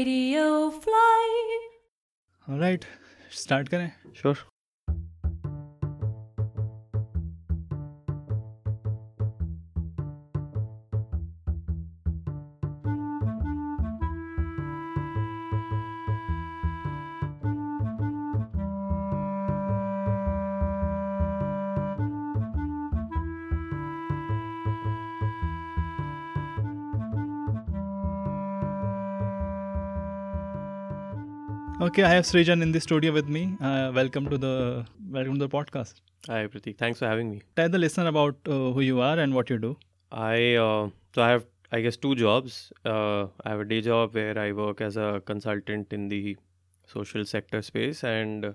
Radio Fly. All right start करें sure Okay, I have Srijan in the studio with me. Uh, welcome to the welcome to the podcast. Hi, Pratik. Thanks for having me. Tell the listener about uh, who you are and what you do. I uh, so I have I guess two jobs. Uh, I have a day job where I work as a consultant in the social sector space, and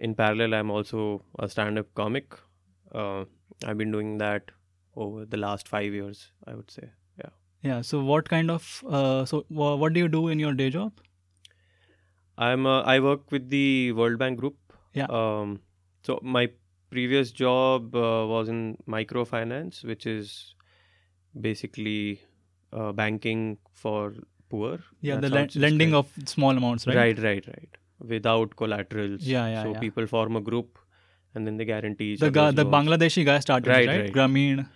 in parallel, I'm also a stand-up comic. Uh, I've been doing that over the last five years, I would say. Yeah. Yeah. So, what kind of uh, so wha what do you do in your day job? I'm uh, I work with the World Bank Group. Yeah. Um, so my previous job uh, was in microfinance, which is basically uh, banking for poor. Yeah, That the sounds le- lending suspect. of small amounts, right? right, right, right. Without collaterals. Yeah, yeah, So yeah. people form a group, and then they guarantee each The guy, other's the loans. Bangladeshi guy started, right? Right, right. Grameen.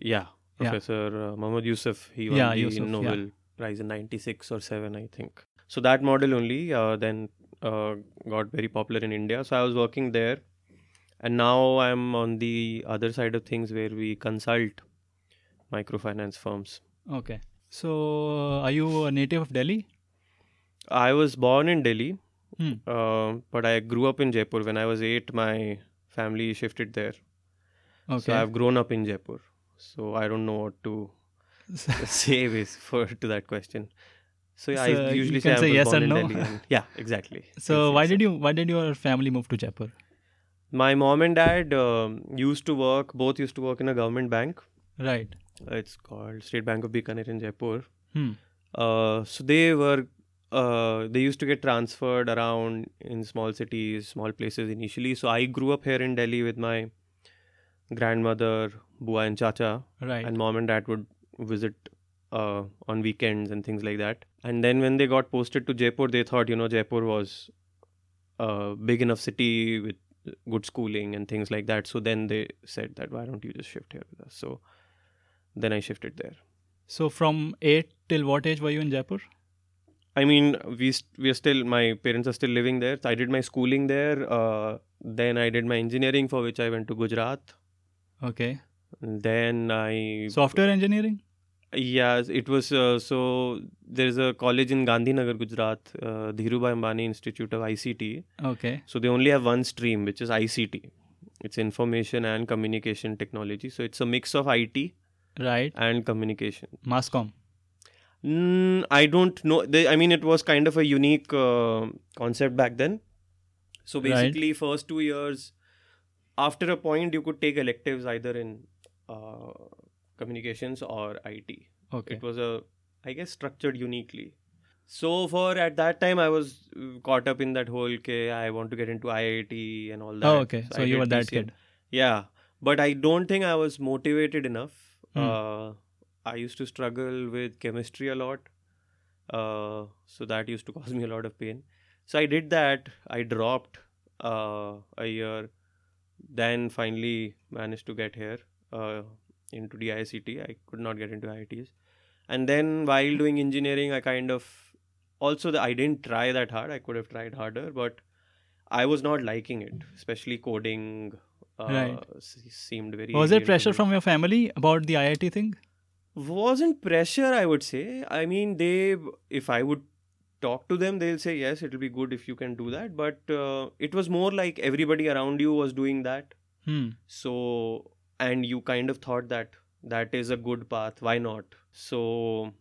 Yeah, Professor uh, Mohammad Yusuf. He won Yeah, the Yusuf, yeah. Nobel Prize in '96 or '7, I think. So that model only uh, then uh, got very popular in India. So I was working there, and now I'm on the other side of things where we consult microfinance firms. Okay. So, uh, are you a native of Delhi? I was born in Delhi, Hmm. uh, but I grew up in Jaipur. When I was eight, my family shifted there, Okay. so I've grown up in Jaipur. So I don't know what to say is for to that question. So yeah, So, I you usually can say say, I was yes born and in no. Delhi. and- yeah, exactly. so, why did you why did your family move to Jaipur? My mom and dad um, used to work. Both used to work in a government bank. Right. Uh, it's called State Bank of Bikaner in Jaipur. Hmm. Uh, so they were. Uh, they used to get transferred around in small cities, small places initially. So I grew up here in Delhi with my grandmother, Bua and Chacha. Right. and mom and dad would visit uh, on weekends and things like that. And then when they got posted to Jaipur, they thought you know Jaipur was a big enough city with good schooling and things like that. So then they said that why don't you just shift here with us? So then I shifted there. so, from eight till what age were you in Jaipur? I mean, we st- we are still my parents are still living there. So I did my schooling there. Uh, then I did my engineering for which I went to Gujarat. Okay. Then I Software engineering. Yeah, it was uh, so there's a college in Gandhinagar, Gujarat, uh, Dhirubhai Ambani Institute of ICT. Okay. So they only have one stream, which is ICT. It's information and communication technology. So it's a mix of IT Right. and communication. Mascom. Mm, I don't know. They, I mean, it was kind of a unique uh, concept back then. So Right. basically, first two years, after a point, you could take electives either in uh, communications or IT. Okay. it was a i guess structured uniquely so for at that time i was uh, caught up in that whole k i want to get into iit and all that Oh, okay. So I you did were that PCM. kid. yeah but i don't think i was motivated enough Hmm. uh, i used to struggle with chemistry a lot uh, so that used to cause me a lot of pain so i did that i dropped uh, a year then finally managed to get here uh, into DICT. I could not get into IITs. And then while doing engineering, I kind of also the, I didn't try that hard. I could have tried harder, but I was not liking it, especially coding. Uh, Right. s- Seemed very. Was there alien to pressure me. from your family about the IIT thing? Wasn't pressure, I would say. I mean, they. If I would talk to them, they'll say yes, it'll be good if you can do that. But uh, it was more like everybody around you was doing that. Hmm. so and you kind of thought that that is a good path why not so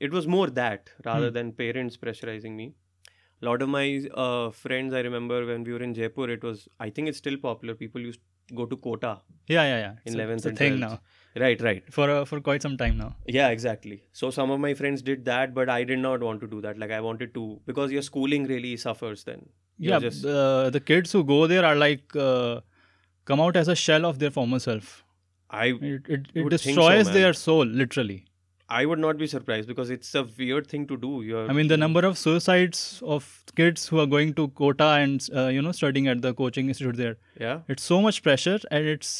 it was more that rather Hmm. than parents pressurizing me a lot of my uh, friends i remember when we were in jaipur it was i think it's still popular people used to go to kota Yeah, yeah, yeah. in It's a- 11th it's a and thing 12th. now right right for uh, for quite some time now. yeah exactly so some of my friends did that but i did not want to do that like i wanted to because your schooling really suffers then You're Yeah, uh, just- the, the kids who go there are like uh, come out as a shell of their former self. i It it, You it would think so, destroys man. their soul literally. I would not be surprised because it's a weird thing to do. You're, I mean, the number of suicides of kids who are going to Kota and uh, you know studying at the coaching institute there. yeah, It's so much pressure, and it's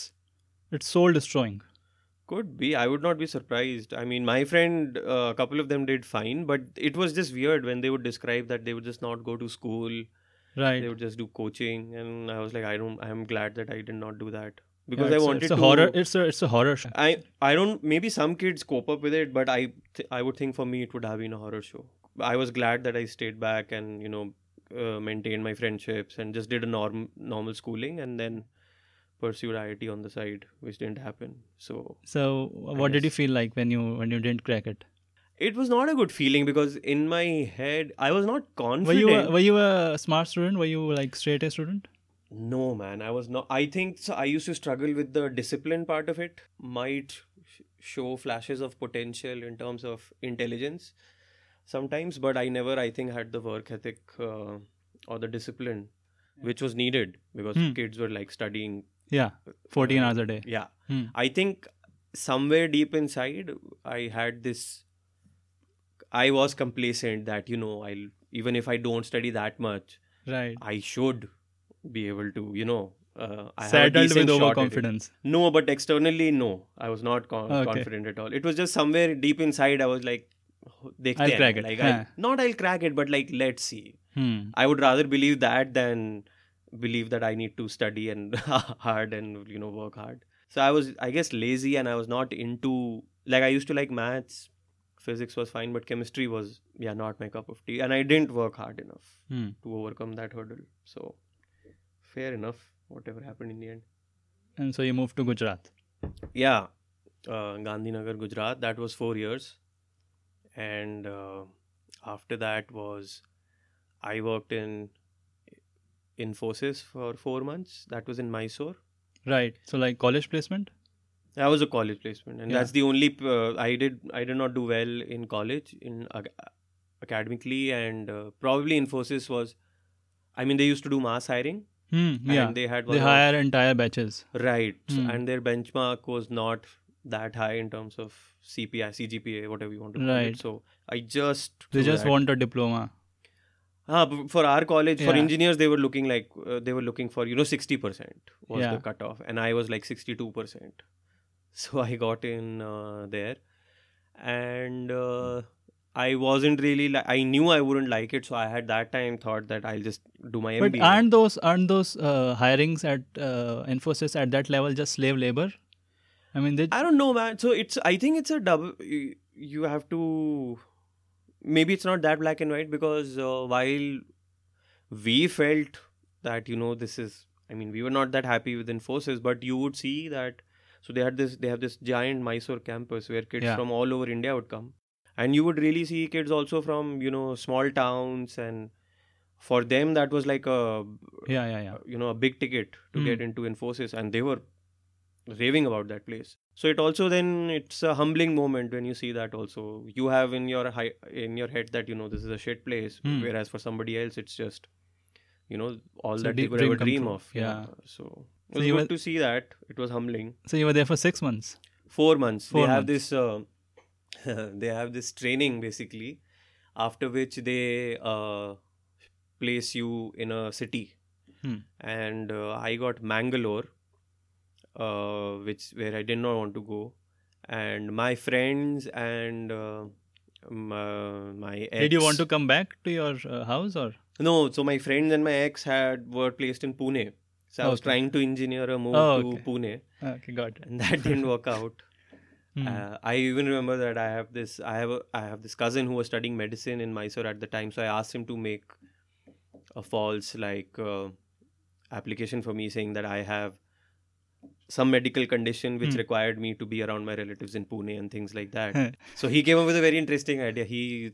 it's soul destroying. could be. I would not be surprised. I mean, my friend, uh, a couple of them did fine, but it was just weird when they would describe that they would just not go to school. Right. They would just do coaching, and I was like, I don't. I'm glad that I did not do that because Yeah, I it's a- wanted it's a to. horror. It's a it's a horror show. I I don't. Maybe some kids cope up with it, but I th- I would think for me it would have been a horror show. I was glad that I stayed back and you know uh, maintained my friendships and just did a norm normal schooling and then pursued IIT on the side, which didn't happen. So So, what did you feel like when you when you didn't crack it? it was not a good feeling because in my head I was not Were confident. you a, were you a smart student? Were you like straight A student? No, man, I was not. I think so I used to struggle with the discipline part of it. Might sh- show flashes of potential in terms of intelligence sometimes, but I never, I think, had the work ethic uh, or the discipline which was needed because Hmm. kids were like studying. Yeah, Uh, fourteen hours a day. Yeah. Hmm. I think somewhere deep inside, I had this. I was complacent that, you know, I'll even if I don't study that much, Right. I should be able to, you know, uh, I have a Saddled decent with shot at it. overconfidence. No, but externally, no. I was not con- Okay. confident at all. It was just somewhere deep inside. I was like, "Dekhte I'll hain." crack it. Like, Huh. I'll, not I'll crack it, but like, let's see. Hmm. I would rather believe that than believe that I need to study and hard and you know work hard. So I was, I guess, lazy and I was not into like I used to like maths. Physics was fine, but chemistry was yeah not my cup of tea, and I didn't work hard enough Hmm. to overcome that hurdle. So, fair enough. Whatever happened in the end. And so you moved to Gujarat. Yeah, uh, Gandhinagar, Gujarat. That was four years, and uh, after that was I worked in Infosys for four months. That was in Mysore. Right. So like college placement. That was a college placement, and Yeah. that's the only uh, I did. I did not do well in college in ac- academically, and uh, probably Infosys was. I mean, they used to do mass hiring, Hmm. Yeah. and they had one They of- hire entire batches. Right. So- Hmm. And their benchmark was not that high in terms of CPI, CGPA, whatever you want to call Right. it. So I just. They threw just that. want a diploma. Ah, b- for our college, for Yeah. engineers, they were looking like, uh, they were looking for, you know, 60% was Yeah. the cutoff. And I was like 62%. So I got in uh, there. And uh, I wasn't really, li- I knew I wouldn't like it. So I had that time thought that I'll just do my But MBA. aren't those aren't those uh, hirings at uh, Infosys at that level just slave labor? I mean, they I don't know, man. So it's I think it's a double. You, you have to maybe it's not that black and white because uh, while we felt that you know this is I mean we were not that happy with Infosys, but you would see that so they had this they have this giant Mysore campus where kids Yeah. from all over India would come, and you would really see kids also from you know small towns and for them that was like a yeah, yeah, yeah. you know a big ticket to Hmm. get into Infosys, and they were raving about that place. So it also then it's a humbling moment when you see that also you have in your hi- in your head that you know this is a shit place, Hmm. whereas for somebody else it's just you know all It's a that they deep could dream ever come dream true. of. Yeah. So So it was you good were- to see that it was humbling. So you were there for six months. Four months Four they have months. this uh, they have this training basically, after which they uh, place you in a city Hmm. and uh, I got Mangalore, uh, which where I did not want to go, and my friends and uh, my, my ex. Did you want to come back to your uh, house or? No, so my friends and my ex had were placed in Pune, so I was Okay. trying to engineer a move Oh, to okay. Pune, Okay, got it. and that didn't work out. Hmm. Uh, I even remember that I have this I have a, I have this cousin who was studying medicine in Mysore at the time, so I asked him to make a false like uh, application for me saying that I have some medical condition which Hmm. required me to be around my relatives in Pune and things like that. so he came up with a very interesting idea. He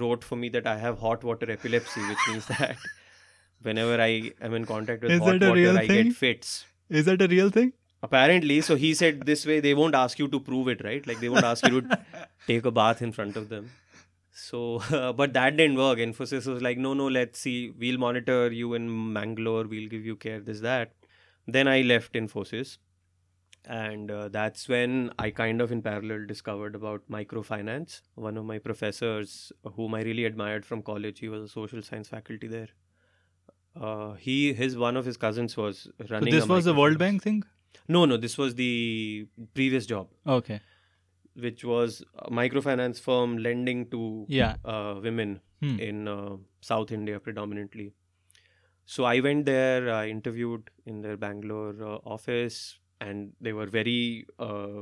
wrote for me that I have hot water epilepsy, which means that whenever I am in contact with Is hot that a water, real I thing? get fits Is that a real thing? apparently so he said this way they won't ask you to prove it right like they won't ask you to take a bath in front of them so but that didn't work infosys was like no no let's see we'll monitor you in mangalore we'll give you care this that then i left infosys and uh, that's when i kind of in parallel discovered about microfinance one of my professors whom i really admired from college he was a social science faculty there uh, he his one of his cousins was So running this a was the World Bank microfinance. thing. no no this was the previous job Okay. which was a microfinance firm lending to Yeah. uh, women Hmm. in uh, South India predominantly. So I went there, I interviewed in their Bangalore uh, office, and they were very, uh,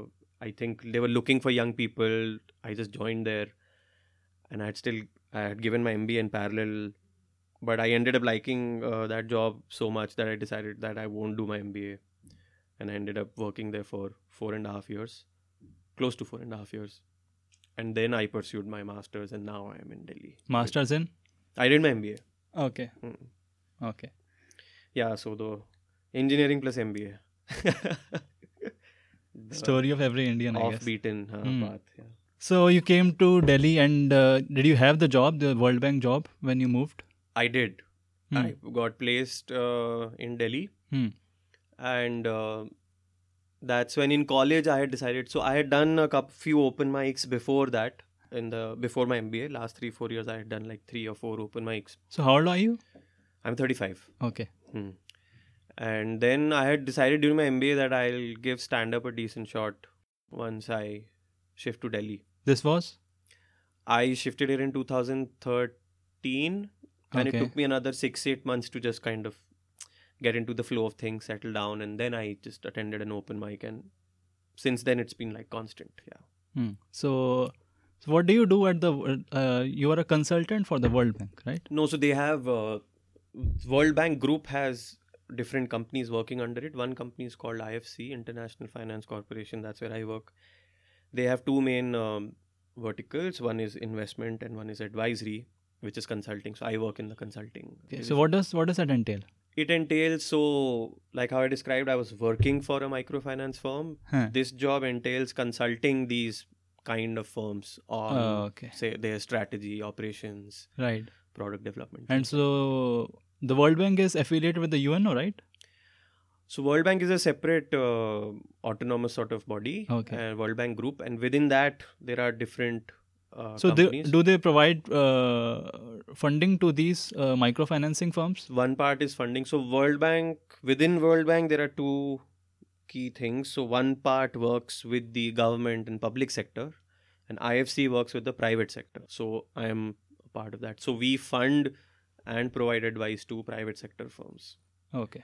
I think they were looking for young people. I just joined there, and I had still, I had given my MBA in parallel, but I ended up liking uh, that job so much that I decided that I won't do my MBA. And I ended up working there for four and a half years, close to four and a half years. And then I pursued my master's, and now I am in Delhi. Masters in. I did my MBA. Okay. Mm. Okay. Yeah, so the engineering plus MBA. the Story of every Indian, I off guess. beaten uh, Mm. path. Yeah. So you came to Delhi, and uh, did you have the job, the World Bank job, when you moved? I did. Hmm. I got placed uh, in Delhi, Hmm. and uh, that's when in college I had decided. So I had done a couple, few open mics before that. In the before my MBA, last three four years I had done like three or four open mics. So how old are you? I'm 35. Okay. Hmm. And then I had decided during my MBA that I'll give stand up a decent shot once I shift to Delhi. This was. I shifted here in 2013, Okay. and it took me another six, eight months to just kind of get into the flow of things, settle down, and then I just attended an open mic. And since then, it's been like constant. Yeah. Hmm. So, so what do you do at the? Uh, you are a consultant for the World Bank, right? No, so they have uh, World Bank Group has different companies working under it. One company is called IFC, International Finance Corporation. That's where I work. They have two main um, verticals. One is investment, and one is advisory, which is consulting. So I work in the consulting. Okay. So division. what does what does that entail? it entails so like how I described, I was working for a microfinance firm. Huh. This job entails consulting these kind of firms on Oh, okay. say their strategy, operations, Right. product development. And so the World Bank is affiliated with the UNO, right? So World Bank is a separate uh, autonomous sort of body, Okay. uh, World Bank Group, and within that there are different uh, so they, companies. do they provide uh, funding to these uh, microfinancing firms? One part is funding. So World Bank within World Bank there are two key things. So one part works with the government and public sector, and IFC works with the private sector. So I am a part of that. So we fund and provide advice to private sector firms. Okay.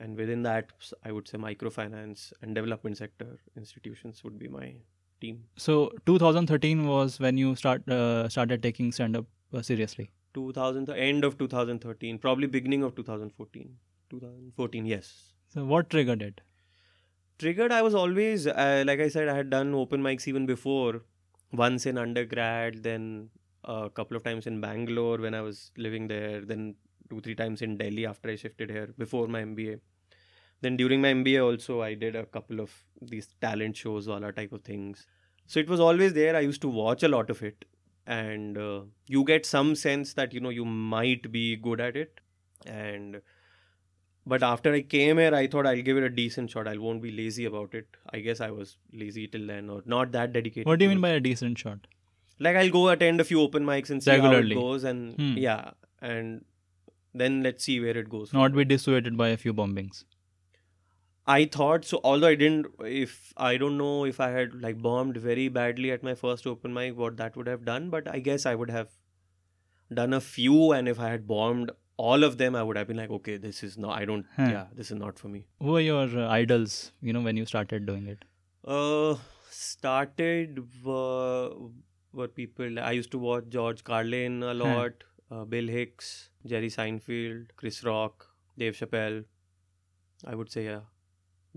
And within that, s- I would say microfinance and development sector institutions would be my team. So 2013 was when you start uh, started taking stand up uh, seriously. 2000 the end of 2013 probably beginning of 2014 2014 yes So what triggered it? triggered i was always uh, like i said i had done open mics even before once in undergrad then a couple of times in bangalore when i was living there then two three times in delhi after i shifted here before my mba then during my mba also i did a couple of these talent shows wala type of things so it was always there i used to watch a lot of it and uh, you get some sense that you know you might be good at it and but after i came here i thought i'll give it a decent shot i won't be lazy about it i guess i was lazy till then or not that dedicated What do you to mean it. by a decent shot? like i'll go attend a few open mics and see Regularly. how it goes and Hmm. yeah and then let's see where it goes from Not be dissuaded by a few bombings. I thought so. Although I didn't, if I don't know if I had like bombed very badly at my first open mic, what that would have done. But I guess I would have done a few, and if I had bombed all of them, I would have been like, okay, this is not. I don't. Huh. Yeah, this is not for me. Who are your uh, idols? You know when you started doing it. Uh, started were were people. I used to watch George Carlin a lot, uh, Bill Hicks, Jerry Seinfeld, Chris Rock, Dave Chappelle. I would say yeah,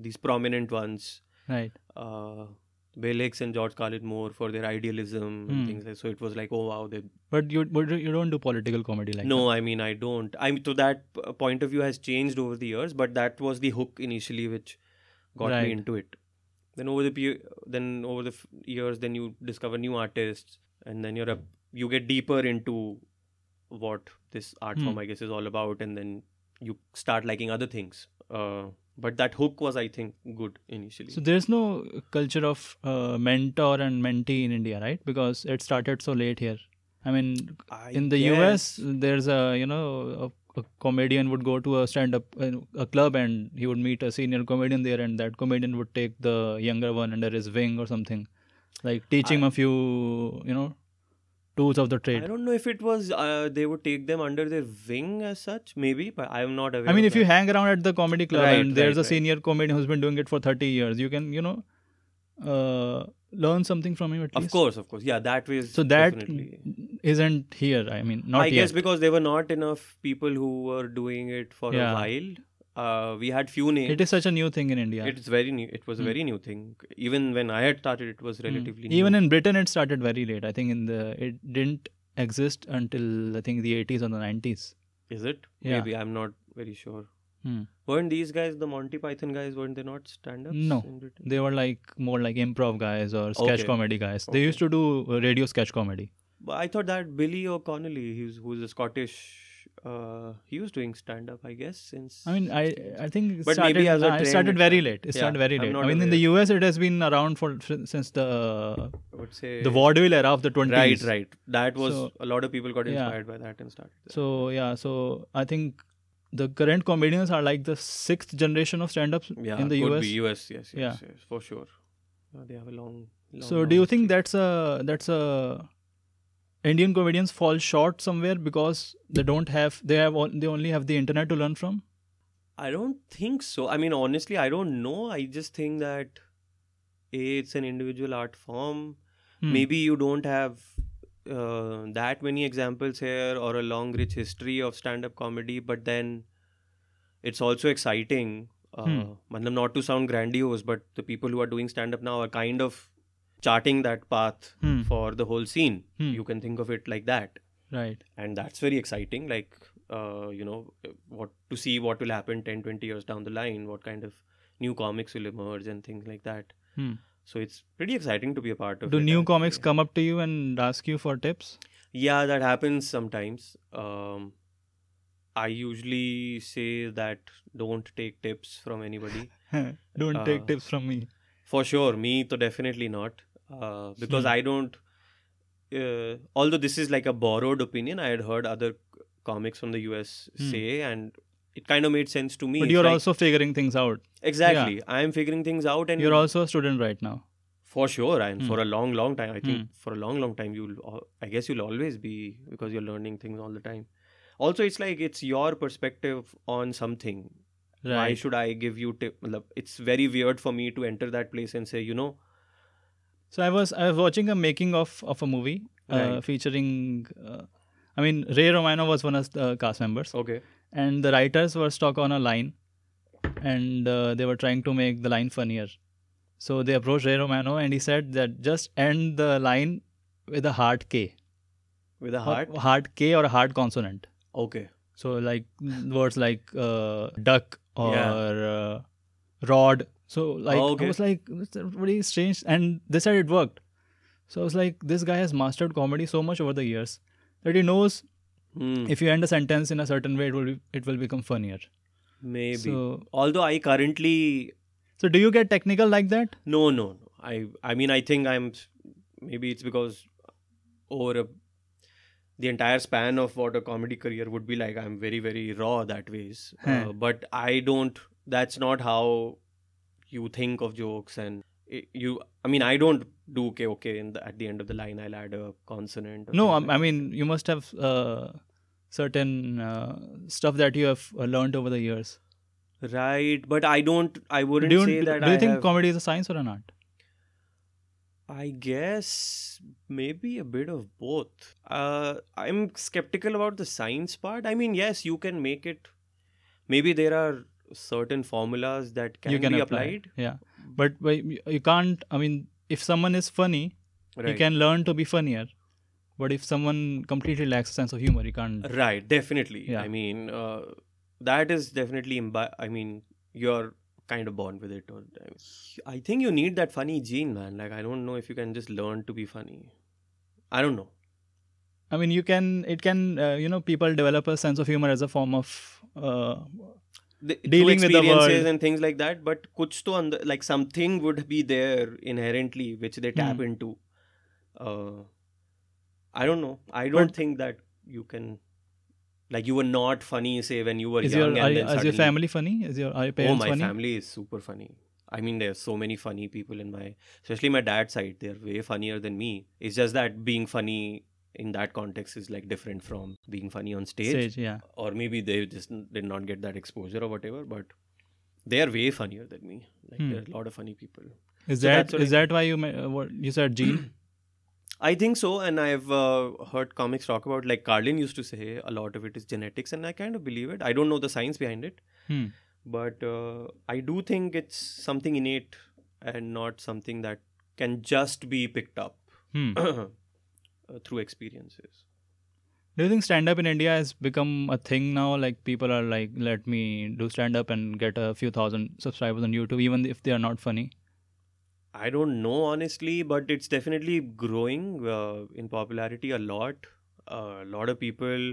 these prominent ones. Right. uh, Bill Hicks and George Carlin Moore for their idealism Hmm. and things like so it was like oh wow they But you but you don't do political comedy like no I mean I don't I'm to that p- uh, point of view has changed over the years but that was the hook initially which got Right. me into it then over the pe- then over the f- years then you discover new artists and then you're up you get deeper into what this art Hmm. form I guess is all about and then you start liking other things uh, but that hook was i think good initially So there's no culture of uh, mentor and mentee in India, right? Because it started so late here. I mean, I in the US, guess- there's a you know a, a comedian would go to a stand-up uh, a club and he would meet a senior comedian there, and that comedian would take the younger one under his wing or something, like teach him a few you know tools of the I trade. don't know if it was uh, they would take them under their wing as such, maybe, but I am not aware. I mean, of if you that. hang around at the comedy club Right, and there's right, a right. senior comedian who's been doing it for 30 years, you can you know uh, learn something from him at least. of course, of course, yeah, that was so that definitely. isn't here i mean not I yet guess because there were not enough people who were doing it for Yeah. a while. Uh, we had few names. it is such a new thing in india It's very new. It was a Hmm. very new thing. Even when I had started, it was Mm. relatively new. even in britain it started very late i think in the it didn't exist until i think the 80s or the 90s Is it? Yeah. Maybe I'm not very sure. Hmm. Weren't these guys the Monty Python guys? Weren't they not stand-ups? No. in Britain? they were like more like improv guys or sketch Okay. comedy guys they Okay. used to do uh, radio sketch comedy But I thought that Billy O'Connolly, who's who's a Scottish, uh, he was doing stand up, I guess. Since i mean i i think it But maybe started, as a uh, it trend started it's very not- late it Yeah, started very I'm late i not mean in the us it has been around for since the I would say the vaudeville era of the 20s Right, right. That was So- a lot of people got Yeah. inspired by that and started. that. So yeah, so I think the current comedians are like the sixth generation of stand-ups yeah, in the could US. be US, yes, yes, Yeah. yes, for sure. Yeah, they have a long. long so long do you think history. that's a that's a Indian comedians fall short somewhere because they don't have they have on- they only have the internet to learn from? I don't think so. I mean, honestly, I don't know. I just think that a it's an individual art form. Hmm. Maybe you don't have uh, that many examples here or a long, rich history of stand-up comedy. But then it's also exciting. Uh, Hmm. matlab not to sound grandiose, but the people who are doing stand-up now are kind of charting that path Hmm. for the whole scene. Hmm. You can think of it like that right. and that's very exciting like uh, you know what to see what will happen 10 20 years down the line what kind of new comics will emerge and things like that Hmm. so it's pretty exciting to be a part of Do it, new I'd comics say. come up to you and ask you for tips? yeah that happens sometimes um, i usually say that don't take tips from anybody don't take Uh, tips from me. for sure me to definitely not uh, because Hmm. i don't uh, although this is like a borrowed opinion i had heard other c- comics from the us Hmm. say and it kind of made sense to me But It's you're like- also figuring things out. exactly i'm figuring things out and You're also a student right now. for sure and Hmm. for a long long time i think for a long long time you'll al- i guess you'll always be because you're learning things all the time also it's like it's your perspective on something why Right. should i give you tip matlab, it's very weird for me to enter that place and say you know So I was I was watching a making of of a movie uh, Right. featuring. Uh, I mean, Ray Romano was one of the cast members, okay and the writers were stuck on a line, and uh, they were trying to make the line funnier. So they approached Ray Romano, and he said that just end the line with a hard K, with a or heart hard K or a hard consonant. okay So like words like uh, duck or Yeah. Oh, uh, rod. So like Okay. I was like, it's very strange. And they said it worked. So I was like, this guy has mastered comedy so much over the years that he knows Hmm, if you end a sentence in a certain way, it will be, it will become funnier. maybe So although i currently so do you get technical like that? No, no, no. I I mean I think I'm maybe it's because over a, the entire span of what a comedy career would be like I'm very very raw that ways. Huh. Uh, but I don't that's not how you think of jokes and i- you I mean I don't do okay okay in the, at the end of the line I'll add a consonant. or No, something. um, I, I mean you must have uh, certain uh, stuff that you have uh, learned over the years. right, but I don't I wouldn't do you, say do, that do you I think have, comedy is a science or an art? I guess maybe a bit of both. Uh, I'm skeptical about the science part. I mean, yes, you can make it. Maybe there are certain formulas that can, you can be apply it. applied. Yeah, but but you you can't. I mean, if someone is funny, Right. you can learn to be funnier. But if someone completely lacks a sense of humor, you can't. Right, definitely. Yeah. I mean, uh, that is definitely. Imbi- I mean, you're kind of born with it. Or I think you need that funny gene, man. Like, I don't know if you can just learn to be funny. I don't know. I mean, you can. It can. Uh, you know, people develop a sense of humor as a form of uh, the, through Dealing with the world. experiences and things like that but kuch to and like something would be there inherently which they tap Hmm. into uh, i don't know i don't think that you can like you were not funny say when you were Is young your and are, then is your suddenly- family funny? Is your are your oh parents my funny? family is super funny i mean there's so many funny people in my especially my dad's side they're way funnier than me it's just that being funny in that context is like different from being funny on Stage, yeah. or maybe they just n- did not get that exposure or whatever but they are way funnier than me like Hmm. there are a lot of funny people Is So that that's what is that why you ma- uh, what you said Gene? i think so and i've uh, heard comics talk about like carlin used to say a lot of it is genetics and i kind of believe it i don't know the science behind it Hmm. but uh, i do think it's something innate and not something that can just be picked up Hmm. uh, through experiences Do you think stand up in India has become a thing now? Like people are like, let me do stand up and get a few thousand subscribers on YouTube, even if they are not funny. I don't know honestly, but it's definitely growing uh, in popularity a lot. A lot of people.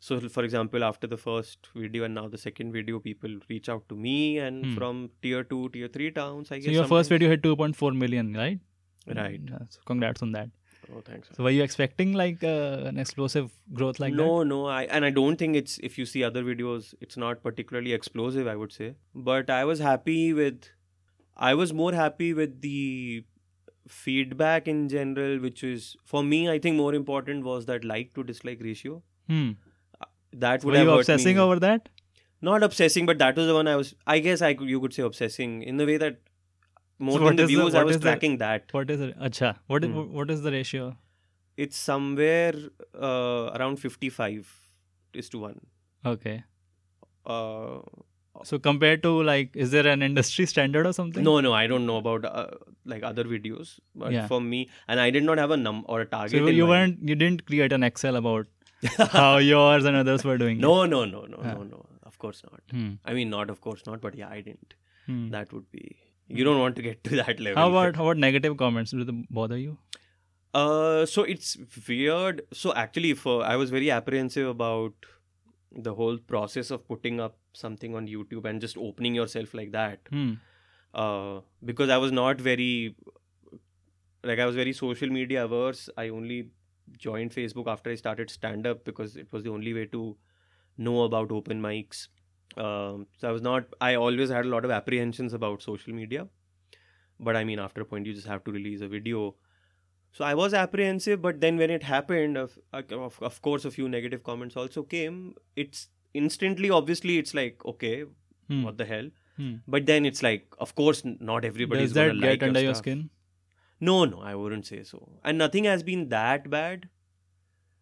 So, for example, after the first video and now the second video, people reach out to me, and Hmm. from tier two, tier three towns, I guess. So your first sometimes- video hit 2.4 million, right? Right. Yeah, so congrats on that. Oh, thanks. So were you expecting like uh, an explosive growth like no, no, I and I don't think it's. If you see other videos, it's not particularly explosive. I would say, but I was happy with. I was more happy with the feedback in general, which is for me. I think more important was that like to dislike ratio. that? Hmm. That would Were have you hurt obsessing me. over that? Not obsessing, but that was the one I was. I guess I could, you could say obsessing in the way that more So than what the is the- views, I what was is the- tracking that. What is it? Acha. What is, Hmm. what is the ratio? It's somewhere uh, around fifty-five is to one. Okay. Uh, So compared to like, is there an industry standard or something? No, no, I don't know about uh, like other videos, but Yeah. for me, and I did not have a num or a target. So you, in you mind. weren't, you didn't create an Excel about how yours and others were doing. No, no, no, no, Ah. no, no. Of course not. It. Hmm. I mean, not of course not, but yeah, I didn't. Hmm. That would be. You don't want to get to that level. How about how about negative comments? Do they bother you? Uh, so it's weird. So actually, for I was very apprehensive about the whole process of putting up something on YouTube and just opening yourself like that. Hmm. uh, because I was not very like I was very social media averse. I only joined Facebook after I started stand up because it was the only way to know about open mics. Um, so I was not. I always had a lot of apprehensions about social media, but I mean, after a point, you just have to release a video. So I was apprehensive, but then when it happened, of of, of course, a few negative comments also came. It's instantly, obviously, it's like okay, Hmm. what the hell Hmm. but then it's like of course n- not everybody Does is that gonna get like under your stuff. skin? no no i wouldn't say so and nothing has been that bad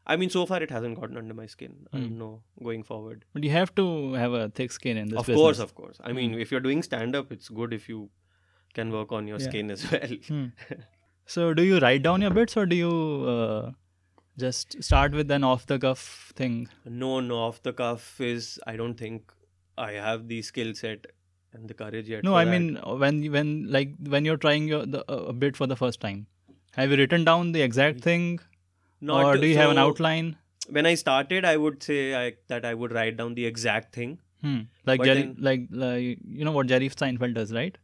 i mean so far it hasn't gotten under my skin i Hmm. don't know going forward But you have to have a thick skin in this. of business. course of course i mean Hmm. if you're doing stand up it's good if you can work on your Yeah. skin as well Hmm. So do you write down your bits or do you uh, just start with an off the cuff thing? no no off the cuff is i don't think i have the skill set and the courage yet No, for I that. mean when you- when like when you're trying your the, uh, a bit for the first time, have you written down the exact thing Not- or do you have an so outline? when i started i would say I, that i would write down the exact thing Hmm. Like But Jerry, then- like like you know what Jerry Seinfeld does, right?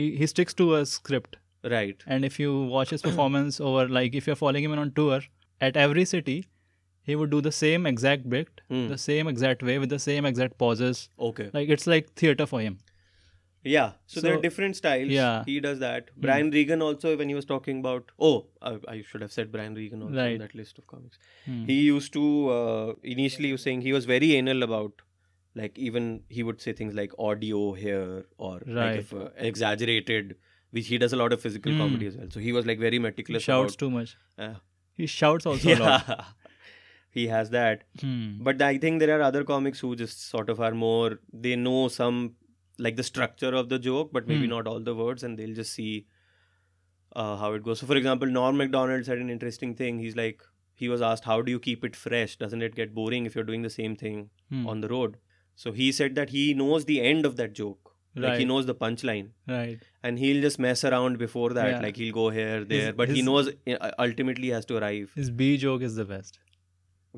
He he sticks to a script. right and if you watch his performance over like if you're following him on tour at every city he would do the same exact bit Hmm. the same exact way with the same exact pauses okay like it's like theater for him Yeah. So, there So- are different styles. Yeah. Hmm. He does that. Brian Regan also, when he was talking about, oh, I, I should have said Brian Regan also on Right. that list of comics. Hmm. He used to uh, initially he was saying he was very anal about, like even he would say things like audio here or like Right. if uh, exaggerated, which he does a lot of physical Hmm. comedy as well. So he was like very he meticulous. shouts about, too much Yeah. he shouts also a lot yeah. he has that. Hmm. But I think there are other comics who just sort of are more they know some like the structure of the joke, but maybe Hmm. not all the words, and they'll just see uh, how it goes. So, for example, Norm Macdonald said an interesting thing. He's like he was asked, "How do you keep it fresh? Doesn't it get boring if you're doing the same thing Hmm. on the road?" So he said that he knows the end of that joke, like he Right. knows the punchline. right And he'll just mess around before that. Yeah. Like he'll go here, there, but he his- knows uh, ultimately he has to arrive. his b joke is the best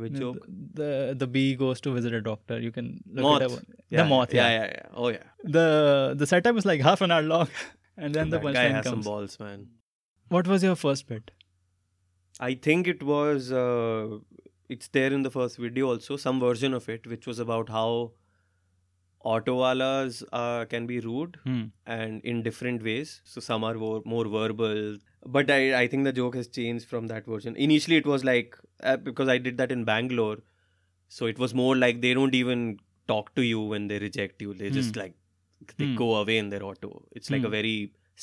Which The- joke? The the bee goes to visit a doctor. You can look Moth. at that one. the moth. Yeah. yeah, yeah, yeah. Oh yeah. The the setup is like half an hour long, and then the that guy punchline has some comes. balls, man. What was your first bit? I think it was. Uh, it's there in the first video also, some version of it, which was about how autowalas uh, can be rude Hmm. and in different ways. So some are more, more verbal, but I, I think the joke has changed from that version. Initially, it was like uh, because I did that in Bangalore, so it was more like they don't even talk to you when they reject you. They just Hmm. like they Hmm. go away in their auto. It's like a Hmm. very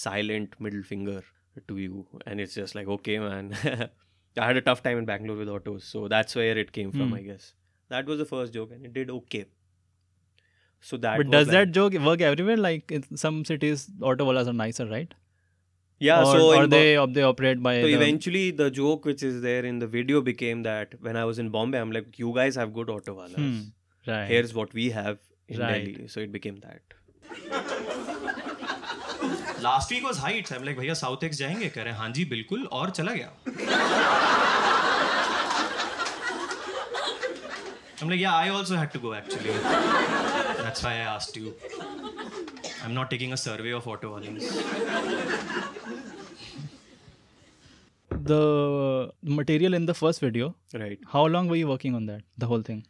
silent middle finger to you, and it's just like okay, man. I had a tough time in Bangalore with autos, so that's where it came from, Hmm. I guess. That was the first joke, and it did okay. So that. but was does like- that joke work everywhere? Like in some cities, autowalas are nicer, right? Yeah. or, so or in Bo- they they operate by So the, eventually, the joke which is there in the video became that when I was in Bombay, I'm like, you guys have good auto walas. Hmm, right. Here's what we have in Right. Delhi. So it became that. Last week was heights. I'm like, भैया south x जाएंगे कह रहे हैं हाँ जी बिल्कुल और चला गया I'm like, yeah, I also had to go actually. That's why I asked you. I'm not taking a survey of auto walas. the material in the first video. Right. How long were you working on that? The whole thing.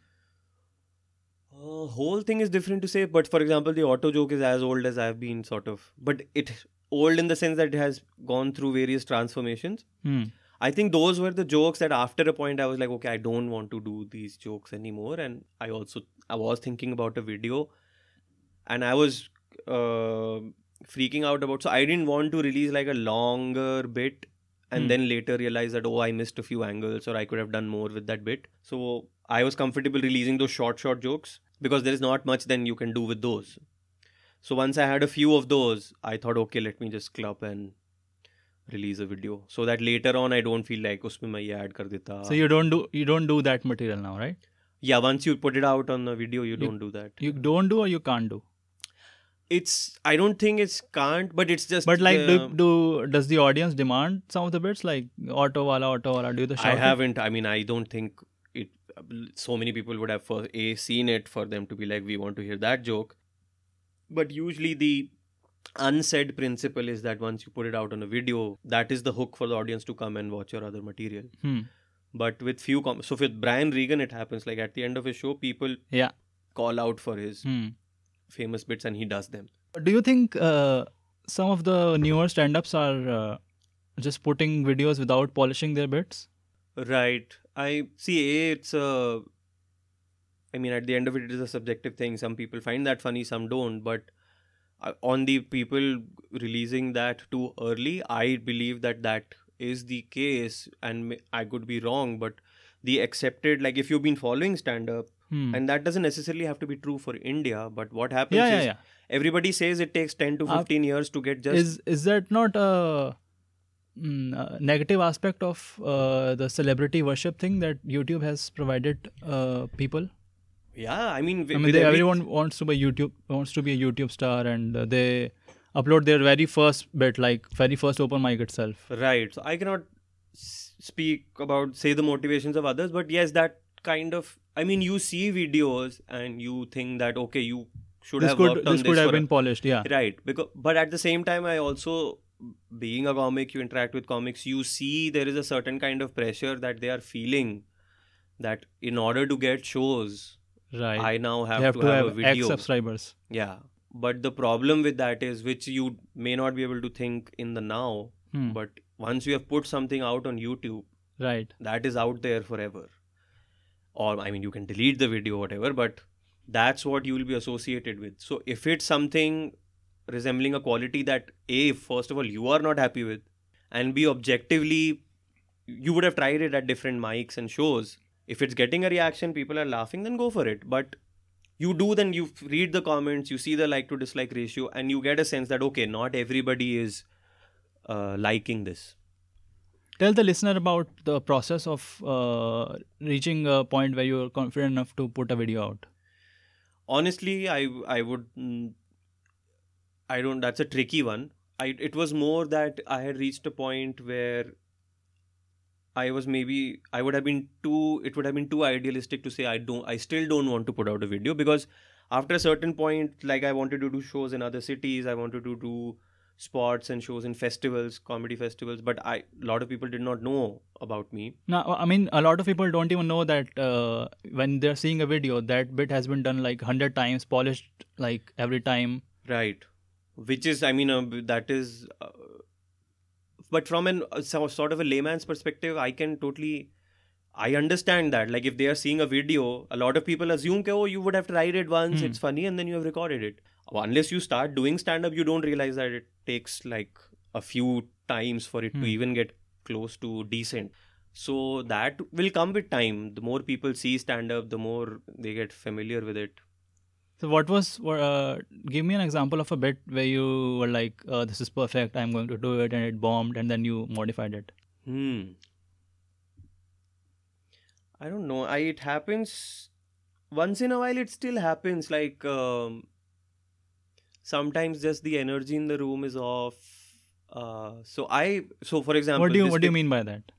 Uh, whole thing is different to say, but for example, the auto joke is as old as I've been, sort of. But it old in the sense that it has gone through various transformations. Hmm. I think those were the jokes that after a point I was like, okay, I don't want to do these jokes anymore. And I also I was thinking about a video, and I was uh, freaking out about. So I didn't want to release like a longer bit, and Hmm. then later realize that oh, I missed a few angles, or I could have done more with that bit. So I was comfortable releasing those short, short jokes because there is not much then you can do with those. So once I had a few of those, I thought, okay, let me just club and release a video so that later on I don't feel like उसमें मैं ये add कर देता So you don't do you don't do that material now, right? yeah once you put it out on a video you, You- don't do that You don't do or you can't do. it's I don't think it's can't but it's just But like, do, uh, do does the audience demand some of the bits like auto wala, auto wala? Do you the shout I it? haven't I mean I don't think it so many people would have first a seen it for them to be like we want to hear that joke but usually the unsaid principle is that once you put it out on a video that is the hook for the audience to come and watch your other material Hmm. but with few com- so with Brian Regan it happens like at the end of his show people Yeah. call out for his Hmm. famous bits and he does them Do you think uh, some of the newer stand-ups are uh, just putting videos without polishing their bits? right i see a it's a i mean at the end of it it is a subjective thing some people find that funny some don't but uh, on the people releasing that too early i believe that that is the case and may- i could be wrong but the accepted like if you've been following stand up Hmm. and that doesn't necessarily have to be true for india but what happens yeah, yeah, is yeah. everybody says it takes 10 to Uh, 15 years to get just Is is that not a, mm, a negative aspect of uh, the celebrity worship thing that YouTube has provided uh, people? yeah i mean, I mean, with they, every- everyone wants to be YouTube wants to be a YouTube star, and uh, they upload their very first bit, like very first open mic itself. Right. So I cannot s- speak about say the motivations of others, but yes, that kind of I mean, you see videos and you think that okay, you should This have could worked on this could have for a- been polished, yeah. right because but at the same time i also being a comic you interact with comics you see there is a certain kind of pressure that they are feeling that in order to get shows Right. i now have, they have to, have, a X video subscribers. yeah but the problem with that is which you may not be able to think in the now Hmm. but once you have put something out on youtube Right. that is out there forever or i mean you can delete the video whatever but that's what you will be associated with so if it's something resembling a quality that a first of all you are not happy with and b objectively you would have tried it at different mics and shows if it's getting a reaction people are laughing then go for it but you do then you f- read the comments you see the like to dislike ratio and you get a sense that okay not everybody is uh, liking this Tell the listener about the process of uh, reaching a point where you're confident enough to put a video out. honestly i i would mm, i don't that's a tricky one i it was more that i had reached a point where I was maybe I would have been too it would have been too idealistic to say I don't I still don't want to put out a video because after a certain point like I wanted to do shows in other cities I wanted to do spots and shows in festivals comedy festivals but I a lot of people did not know about me No, I mean, a lot of people don't even know that uh, when they're seeing a video, that bit has been done like 100 times, polished like every time. right which is I mean uh, that is uh, but from an uh, so- sort of a layman's perspective I can totally I understand that like if they are seeing a video a lot of people assume that oh you would have tried it once Hmm. it's funny and then you have recorded it unless you start doing stand up you don't realize that it takes like a few times for it to Hmm. even get close to decent so that will come with time the more people see stand up the more they get familiar with it So, what was, wha- uh, give me an example of a bit where you were like, uh, this is perfect, I'm going to do it, and it bombed, and then you modified it. Hmm. I don't know. I it happens once in a while. It still happens. Like um, sometimes just the energy in the room is off. Uh, so I so for example, what do you this What do you pic- mean by that?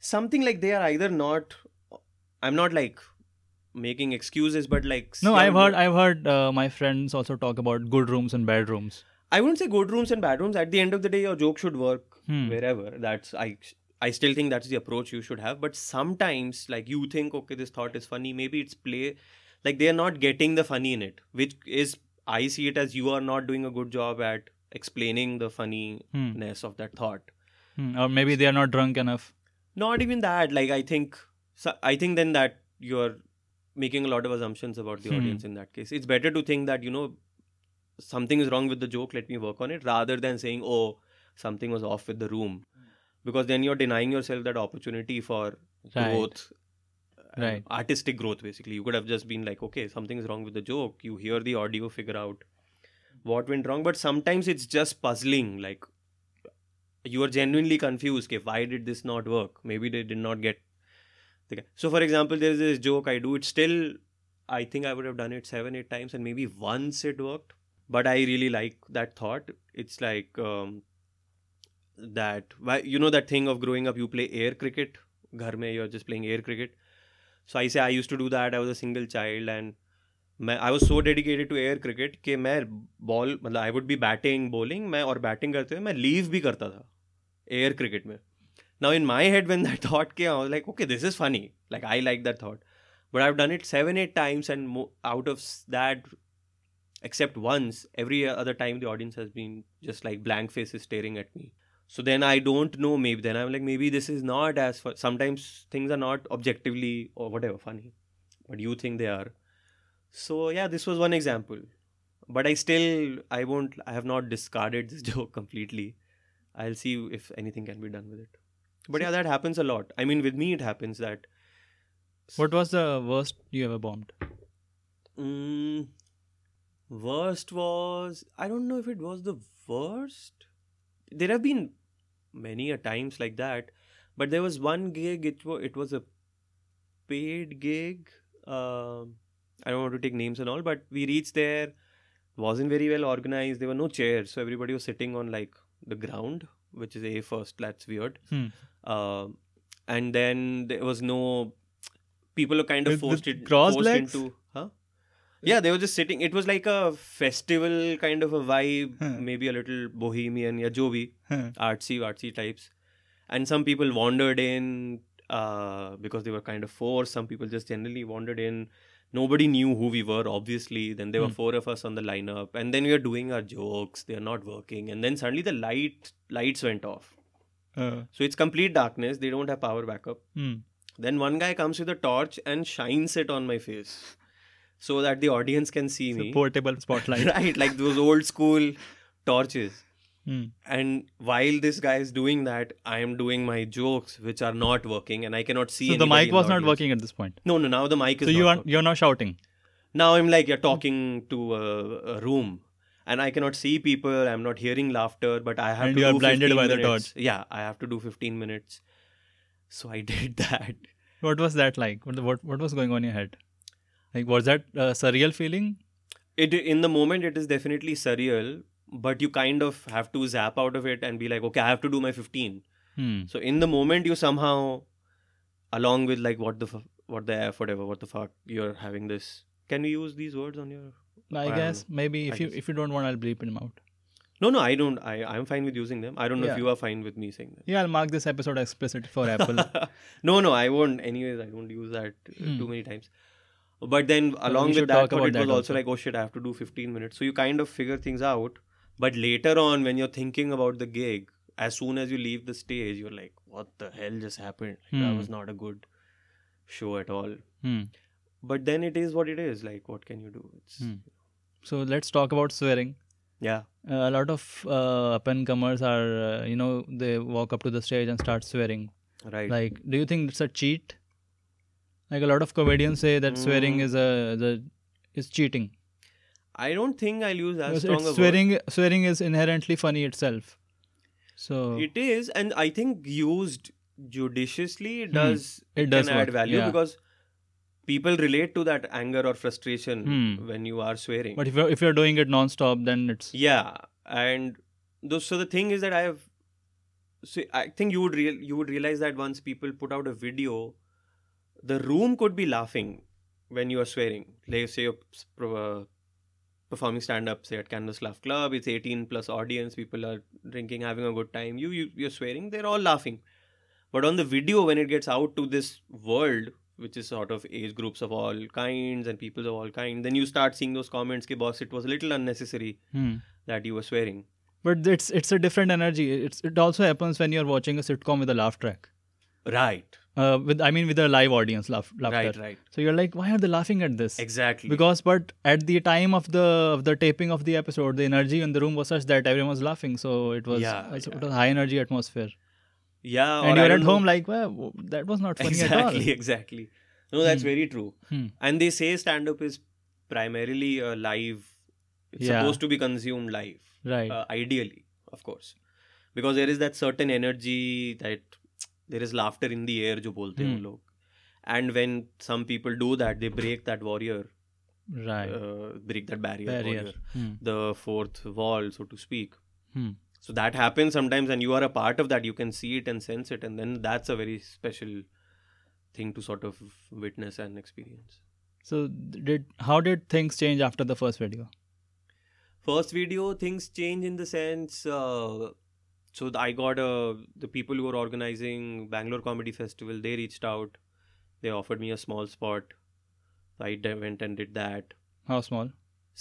Something like they are either not. I'm not like making excuses, but like No, I've some- heard I've heard uh, my friends also talk about good rooms and bad rooms. I wouldn't say good rooms and bad rooms. At the end of the day, your joke should work Hmm. wherever. That's I. I still think that's the approach you should have. But sometimes, like you think, okay, this thought is funny. Maybe it's play. Like they are not getting the funny in it, which is I see it as you are not doing a good job at explaining the funniness Hmm. of that thought. Hmm. Or maybe they are not drunk enough. Not even that. Like I think, so- I think then that you're making a lot of assumptions about the Hmm. audience in that case. It's better to think that you know something is wrong with the joke. Let me work on it, rather than saying, oh, something was off with the room, Hmm. because then you're denying yourself that opportunity for Right. growth uh, Right. artistic growth basically you could have just been like okay something's wrong with the joke you hear the audio figure out what went wrong but sometimes it's just puzzling like you are genuinely confused okay, why did this not work maybe they did not get the guy. so for example there's this joke i do it's still i think i would have done it seven eight times and maybe once it worked but i really like that thought it's like um, that why you know that thing of growing up you play air cricket घर में you're just playing air cricket so i say i used to do that i was a single child and मैं I was so dedicated to air cricket कि मैं ball मतलब I would be batting bowling मैं और batting करते हुए मैं leave भी करता था एयर क्रिकेट में now in my head when that thought के I like okay this is funny like I like that thought but I done it seven eight times and out of that except once every other time the audience has been just like blank faces staring at me so then i don't know maybe then i'm like maybe this is not as fu- sometimes things are not objectively or whatever funny but you think they are so yeah this was one example but i still i won't i have not discarded this joke completely i'll see if anything can be done with it but yeah that happens a lot i mean with me it happens that What was the worst you ever bombed? Mm, worst was I don't know if it was the worst. There have been many a times like that, but there was one gig. It was it was a paid gig. Um, I don't want to take names and all, but we reached there. wasn't very well organized. There were no chairs, so everybody was sitting on like the ground, which is a first. That's weird. Hmm. Um, and then there was no people were kind of With- with forced, it, crossed forced legs? into huh yeah they were just sitting it was like a festival kind of a vibe Huh. maybe a little bohemian yeah jovi Huh. artsy artsy types and some people wandered in uh, because they were kind of forced some people just generally wandered in nobody knew who we were obviously then there were Hmm. four of us on the lineup and then we were doing our jokes they are not working and then suddenly the light lights went off Uh, so it's complete darkness they don't have power backup hmm. then one guy comes with a torch and shines it on my face so that the audience can see It's a me. portable spotlight. right, like those old school torches. Hmm. And while this guy is doing that, I am doing my jokes, which are not working, and I cannot see. So the anybody mic in was not audience. working at this point. No, no. Now the mic is. So you not are working. you're now shouting. Now I'm like you're talking to a, a room, and I cannot see people. I'm not hearing laughter, but I have And to. you are do blinded 15 by the minutes. Yeah, I have to do 15 minutes. So I did that. What was that like? What what, what was going on in your head? Like was that a surreal feeling? it in the moment it is definitely surreal but you kind of have to zap out of it and be like okay i have to do my 15 Hmm. So in the moment, you somehow, along with like what the f- what the f whatever what the fuck you're having this. Can we use these words on your? I don't guess maybe I if you guess. if you don't want, I'll bleep him out. No, no, I don't. I I'm fine with using them. I don't know if Yeah. you are fine with me saying them. Yeah, I'll mark this episode explicit for Apple. no, no, I won't. Anyways, I won't use that uh, Hmm. too many times. But then, along we with should that, talk thought, about it that was also also. like, oh shit, I have to do 15 minutes. So you kind of figure things out. But later on, when you're thinking about the gig, as soon as you leave the stage, you're like, what the hell just happened? Like, That Hmm. was not a good show at all. hmm. But then it is what it is. Like, what can you do? It's, Hmm. So let's talk about swearing. Yeah. Uh, a lot of uh, up and comers are, uh, you know, they walk up to the stage and start swearing. Right. Like, do you think it's a cheat? Like a lot of comedians say that swearing Mm. is a the is cheating. I don't think I'll use as Because strong a it's word. swearing swearing is inherently funny itself. So It is, and I think used judiciously it Hmm. does It does can add work, value yeah. because people relate to that anger or frustration Hmm. when you are swearing. but if you're, if you're doing it non-stop then it's yeah, and those, so the thing is that I have. So I think you would real you would realize that once people put out a video, the room could be laughing when you are swearing. Like say you're s- pro- uh, performing stand up, say at Canvas Laugh Club, it's 18 plus audience, people are drinking, having a good time. You, you you're swearing, they're all laughing. But on the video, when it gets out to this world, which is sort of age groups of all kinds and people of all kinds, then you start seeing those comments, "Ki boss, it was a little unnecessary hmm. that you were swearing." but it's it's a different energy. It's it also happens when you're watching a sitcom with a laugh track. Right. Uh, with I mean with a live audience laugh laughter. Right. Right. So you're like, why are they laughing at this? Exactly. Because, but at the time of the of the taping of the episode, the energy in the room was such that everyone was laughing. So it was Yeah, it's- yeah. it was high energy atmosphere, yeah. or and I you're at don't know- home like, well, w- that was not funny Exactly. at Exactly. No, that's very true. all. Hmm. And they say stand up is primarily a live. It's Yeah. supposed to be consumed live. Right. uh, ideally of course because there is that certain energy that there is laughter in the air जो बोलते हैं वो Hmm. लोग and when some people do that they break that warrior right. uh, break that barrier, Barrier. warrior, Hmm. the fourth wall so to speak Hmm. so that happens sometimes and you are a part of that you can see it and sense it and then that's a very special thing to sort of witness and experience So did how did things change after the first video? first video things change in the sense uh, so th- i got uh, the people who were organizing bangalore comedy festival they reached out they offered me a small spot i d- went and did that How small?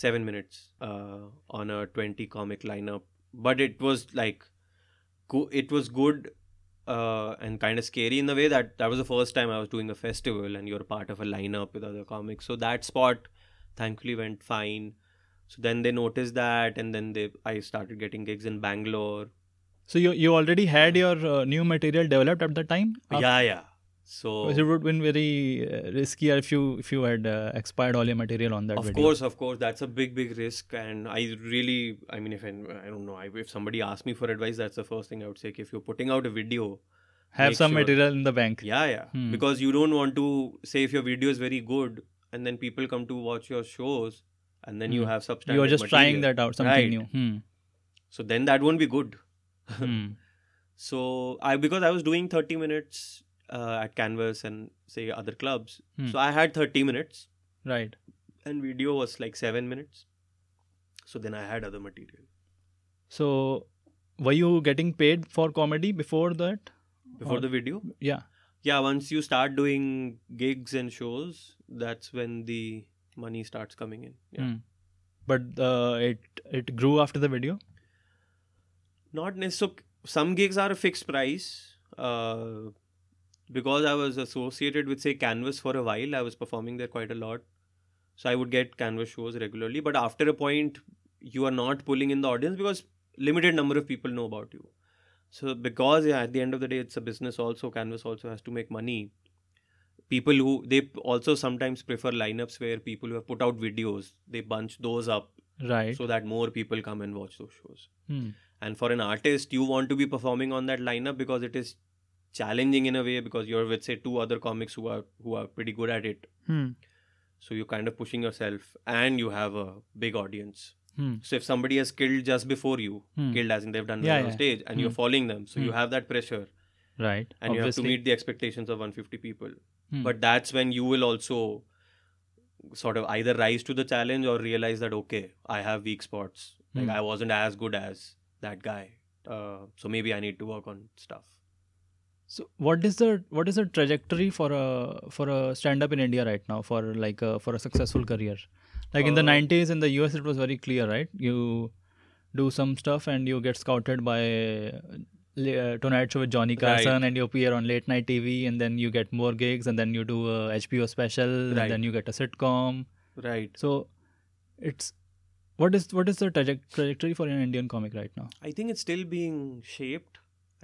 seven minutes uh, on a 20 comic lineup but it was like go- it was good uh, and kind of scary in the way that that was the first time i was doing a festival and you're part of a lineup with other comics so that spot thankfully went fine so then they noticed that and then they i started getting gigs in bangalore So you you already Hmm. had your uh, new material developed at the time. Af- yeah yeah so Because Oh, It would have been very uh, riskier if you if you had uh, expired all your material on that of video. course of course that's a big big risk and i really i mean if i, I don't know I, if somebody asked me for advice that's the first thing i would say "Ki if you're putting out a video have make some sure- material in the bank. Yeah, yeah. Hmm. Because you don't want to say if your video is very good and then people come to watch your shows and then you Hmm. have substandard you are just trying material. that out, something Right. new. Hmm. So then that won't be good. Hmm. So I because I was doing 30 minutes uh, at Canvas and say other clubs. Hmm. So I had 30 minutes Right. and video was like 7 minutes. So then I had other material. So, were you getting paid for comedy before that? Before Or- the video? Yeah. Yeah, once you start doing gigs and shows, that's when the money starts coming in. Yeah. Hmm. But uh, it it grew after the video. not necessarily some gigs are a fixed price uh, because i was associated with say canvas for a while i was performing there quite a lot so i would get canvas shows regularly but after a point you are not pulling in the audience because limited number of people know about you so because yeah, at the end of the day it's a business also canvas also has to make money people who they also sometimes prefer lineups where people who have put out videos they bunch those up Right. so that more people come and watch those shows Hmm. and for an artist you want to be performing on that lineup because it is challenging in a way because you're with say two other comics who are who are pretty good at it Hmm. so you're kind of pushing yourself and you have a big audience Hmm. so if somebody has killed just before you Hmm. killed as in they've done Yeah, well on yeah. stage and you're Hmm. following them so you Hmm. have that pressure right and you have to obviously meet the expectations of 150 people Hmm. but that's when you will also sort of either rise to the challenge or realize that okay i have weak spots like Hmm. i wasn't as good as that guy uh, so maybe i need to work on stuff So what is the what is the trajectory for a for a stand up in India right now for like a, for a successful career? Like in the Uh, 90s in the US it was very clear, right? You do some stuff and you get scouted by uh, Tonight Show with Johnny Carson Right. and you appear on late night TV and then you get more gigs and then you do a HBO special Right. and then you get a sitcom. right So it's what is what is the traje- trajectory for an Indian comic right now? i think it's still being shaped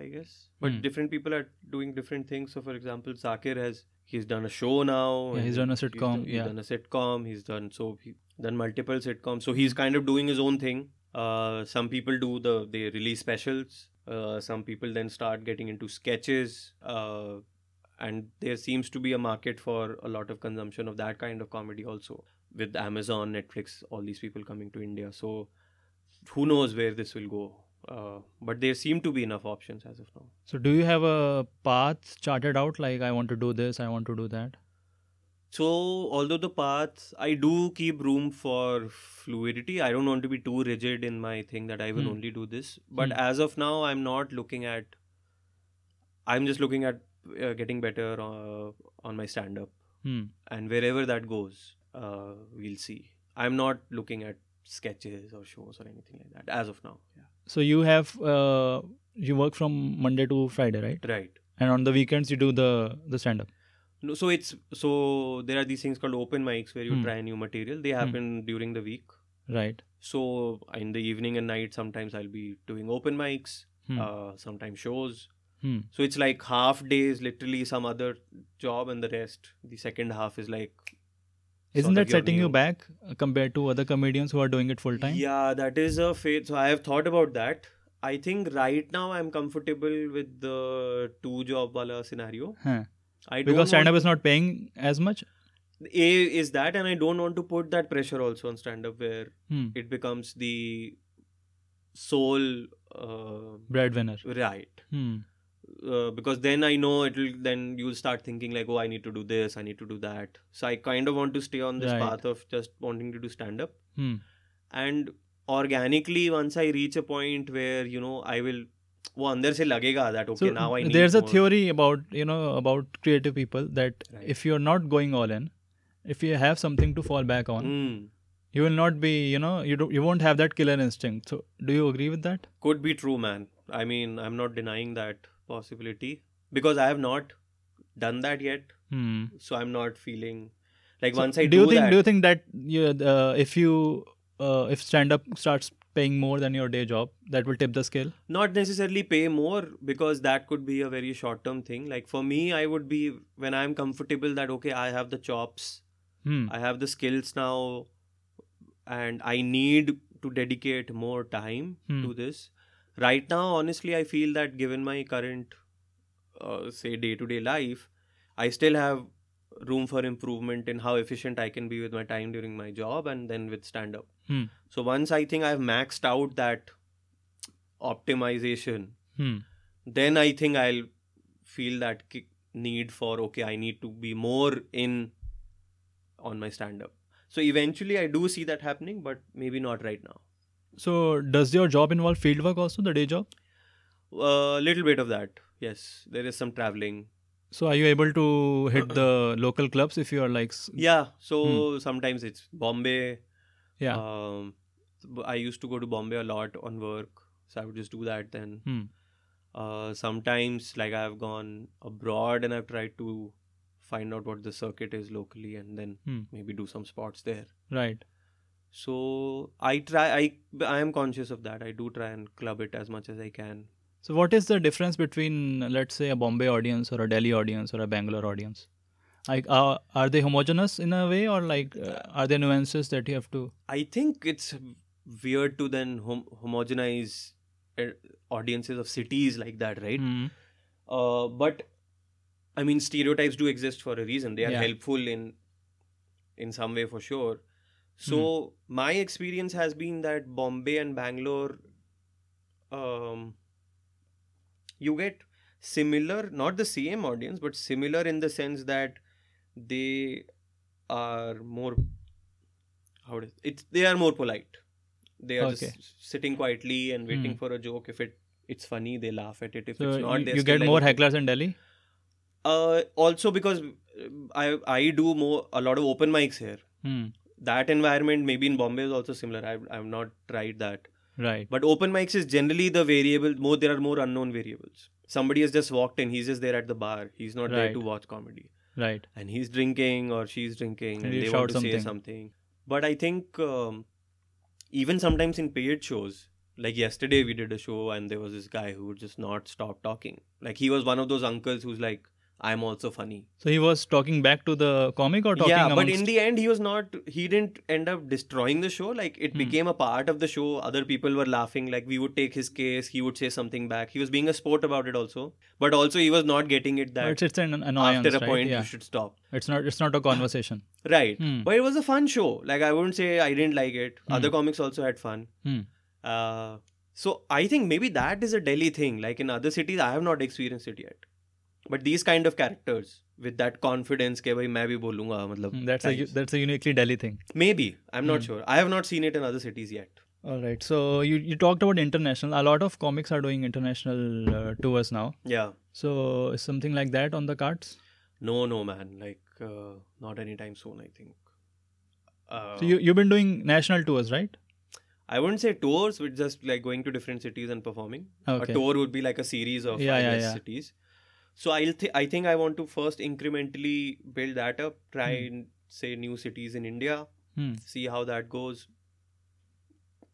i guess but Hmm. different people are doing different things so for example zakir has he's done a show now Yeah, and he's done a he's sitcom, done- he's yeah. done a sitcom he's done so he done multiple sitcoms so he's kind of doing his own thing uh, some people do the they release specials uh, some people then start getting into sketches uh, and there seems to be a market for a lot of consumption of that kind of comedy also with amazon netflix all these people coming to india so who knows where this will go uh, but there seem to be enough options as of now So do you have a path charted out like I want to do this, I want to do that? So, although the path, I do keep room for fluidity. I don't want to be too rigid in my thing that I will Hmm. only do this. But Hmm. as of now, I'm not looking at. I'm just looking at uh, getting better uh, on my stand up. Hmm. And wherever that goes, uh, we'll see. I'm not looking at sketches or shows or anything like that as of now. So you have uh, you work from Monday to Friday, right? Right. And on the weekends you do the the stand up. No, so it's so there are these things called open mics where you Hmm. try new material. They happen during the week. Right. So in the evening and night, sometimes I'll be doing open mics, Hmm. uh, sometimes shows. Hmm. So it's like half days, literally some other job, and the rest, the second half is like. Isn't sort of that your setting you new- back uh, compared to other comedians who are doing it full time? Yeah, that is a fate. So I have thought about that. I think right now I'm comfortable with the two job wala scenario. Huh. I don't Because stand up want- is not paying as much. A is that, and I don't want to put that pressure also on stand up where Hmm. it becomes the sole. Uh, Breadwinner. right. Hmm. uh, because then I know it'll then you'll start thinking like, oh, I need to do this, I need to do that. So I kind of want to stay on this Right. path of just wanting to do stand up. Hmm. And organically, once I reach a point where you know I will, वो अंदर से लगेगा that okay So now I need. there's a more. theory about you know about creative people that Right. if you're not going all in, if you have something to fall back on, Hmm. you will not be you know you do, you won't have that killer instinct. So do you agree with that? Could be true, man. I mean, I'm not denying that possibility because I have not done that yet, Hmm. so I'm not feeling like So once I do, you think that. do you think that you, uh, if you uh, if stand up starts paying more than your day job that will tip the scale not necessarily pay more because that could be a very short term thing like for me i would be when i'm comfortable that okay i have the chops hmm. i have the skills now and i need to dedicate more time Hmm. to this right now honestly i feel that given my current uh, say day to day life i still have room for improvement in how efficient i can be with my time during my job and then with stand up Hmm. so once i think i've maxed out that optimization Hmm. then I think I'll feel that ki- need for okay, I need to be more in on my stand up. So eventually, I do see that happening, but maybe not right now. so does your job involve field work also the day job A Uh, little bit of that, yes. There is some traveling. so are you able to hit the local clubs if you are like s- Yeah, so sometimes it's Bombay. Hmm. Yeah. Um, b- I used to go to Bombay a lot on work, so I would just do that then. hmm. Uh, sometimes, like I've gone abroad and I've tried to find out what the circuit is locally, and then Hmm. maybe do some spots there. right so i try i i am conscious of that i do try and club it as much as i can so what is the difference between let's say a bombay audience or a delhi audience or a bangalore audience like uh, are they homogenous in a way or like uh, are there nuances that you have to i think it's weird to then hom- homogenize uh, audiences of cities like that right Hmm. uh, but i mean stereotypes do exist for a reason they are Yeah. helpful in in some way for sure so Hmm. my experience has been that bombay and bangalore um, you get similar not the same audience but similar in the sense that they are more how does it's they are more polite they are Okay. just sitting quietly and waiting Hmm. for a joke if it it's funny they laugh at it if So it's not you, they're you still get more like, hecklers in Delhi. uh, also because uh, i i do more a lot of open mics here Hmm. that environment maybe in bombay is also similar i've, I've not tried that Right. but open mics is generally the variable more there are more unknown variables somebody has just walked in he's just there at the bar he's not there Right. to watch comedy Right. and he's drinking or she's drinking And and you they shout want to say something. something but i think um, even sometimes in paid shows like yesterday we did a show and there was this guy who would just not stop talking like he was one of those uncles who's like i'm also funny So he was talking back to the comic or talking yeah amongst. but in the end he was not he didn't end up destroying the show like it Hmm. became a part of the show other people were laughing like we would take his case he would say something back he was being a sport about it also but also he was not getting it But that it's, it's an annoyance, after a right? point yeah. you should stop It's not. It's not a conversation. right Hmm. but it was a fun show like i wouldn't say i didn't like it Hmm. other comics also had fun Hmm. uh, so i think maybe that is a delhi thing like in other cities i have not experienced it yet but these kind of characters with that confidence ke bhai main bhi bolunga matlab Hmm, that's a u- types. that's a uniquely Delhi thing. Maybe. I'm not Hmm. sure. I have not seen it in other cities yet. All right. So you you talked about international. A lot of comics are doing international uh, tours now. Yeah. So is something like that on the cards. No, no, man. Like, uh, not anytime soon, I think. Uh, So you you've been doing national tours, right? I wouldn't say tours, but just like going to different cities and performing. Okay. A tour would be like a series of Yeah, I yeah, guess, yeah. cities. So I'll th- I think I want to first incrementally build that up, try Hmm. and say new cities in India, Hmm. see how that goes.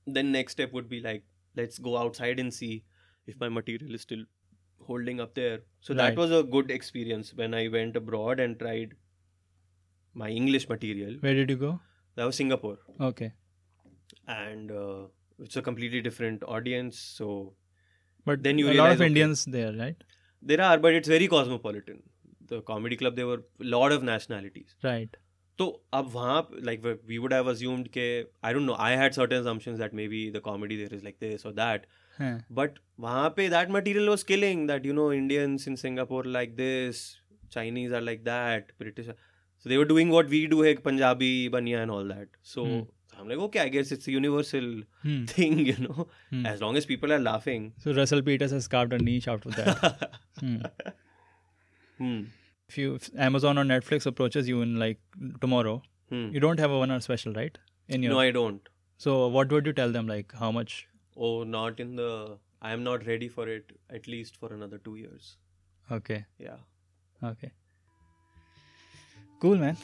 Then next step would be like, let's go outside and see if my material is still holding up there. So that Right. was a good experience when I went abroad and tried my English material. Where did you go? That was Singapore, Okay. and uh, it's a completely different audience. So But Then you a lot realize, of okay. Indians there, right? there are, but it's very cosmopolitan. The comedy club, there were a lot of nationalities. Right. तो अब वहाँ like we would have assumed के I don't know I had certain assumptions that maybe the comedy there is like this or that Huh. but वहाँ पे that material was killing that you know Indians in Singapore like this Chinese are like that British are- so they were doing what we do here Punjabi Bania and all that so Hmm. I'm like okay I guess it's a universal Hmm. thing you know Hmm. as long as people are laughing So Russell Peters has carved a niche out of that. Hmm. hmm. If you if Amazon or Netflix approaches you in like tomorrow, Hmm. you don't have a one-hour special, right? In your no I don't so what would you tell them? Like how much? oh not in the I am not ready for it at least for another two years Okay. yeah Okay. Cool, man.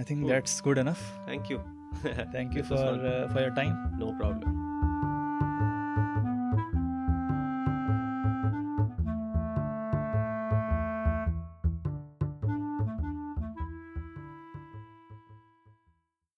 I think that's good enough. Thank you. Thank you This for was fun. uh, for your time. no problem.